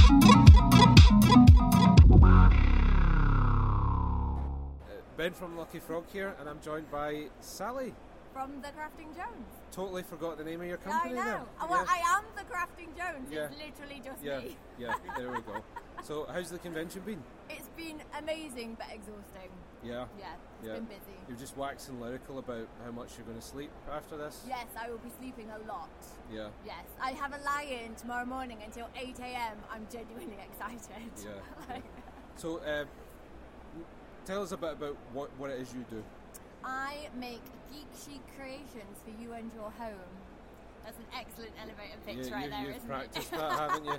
Uh, Ben from Lucky Frog here, and I'm joined by Sally. from the Crafting Jones. Totally forgot the name of your I company know. there. Uh, Well, yeah. I am the Crafting Jones. Yeah. It's literally just yeah, me. yeah, there we go. So, how's the convention been? It's been amazing but exhausting. Yeah, Yeah, it's yeah. been busy. You're just waxing lyrical about how much you're going to sleep after this. Yes, I will be sleeping a lot. yeah, Yes, I have a lie-in tomorrow morning until 8 a.m. I'm genuinely excited. yeah. Like, So, uh, tell us a bit about what, what it is you do. I make geek chic creations for you and your home. That's an excellent elevator you, pitch right you, there, you've isn't practiced it? that, haven't you?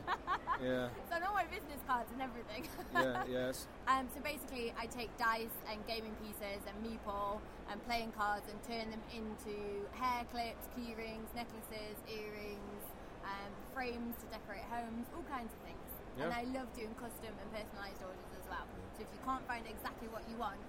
Yeah, so on all my business cards and everything. yeah, yes. Um, so basically, I take dice and gaming pieces and meeple and playing cards and turn them into hair clips, key rings, necklaces, earrings, um, frames to decorate homes, all kinds of things. And Yeah. I love doing custom and personalised orders as well. So if you can't find exactly what you want,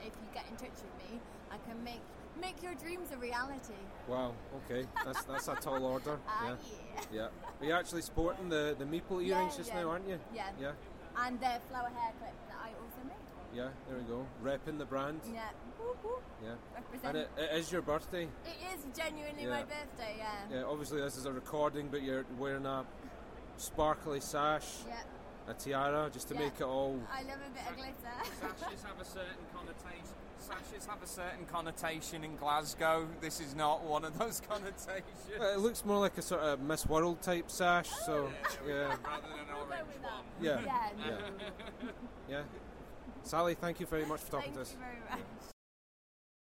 if you get in touch with me, I can make make your dreams a reality. Wow. Okay, that's that's a tall order. Ah, Yeah, yeah. yeah. But you're actually sporting the the meeple Yeah, earrings just yeah. now, aren't you? Yeah. Yeah, And the flower hair clip that I also made. yeah. There we go. Repping the brand. Yeah. Woo, woo. Yeah. Represent. And it, it is your birthday. it is genuinely Yeah. my birthday. Yeah, obviously this is a recording, but you're wearing a sparkly sash, Yeah. a tiara, just to Yeah. Uh, make it all. I love a bit of glitter. Sashes have a certain connotation. Sashes have a certain connotation in Glasgow. This is not one of those connotations. It looks more like a sort of Miss World type sash. So yeah, Rather than an Go orange with one. that. yeah, Yeah. yeah. yeah. Sally, thank you very much for talking Thank to you us. very much.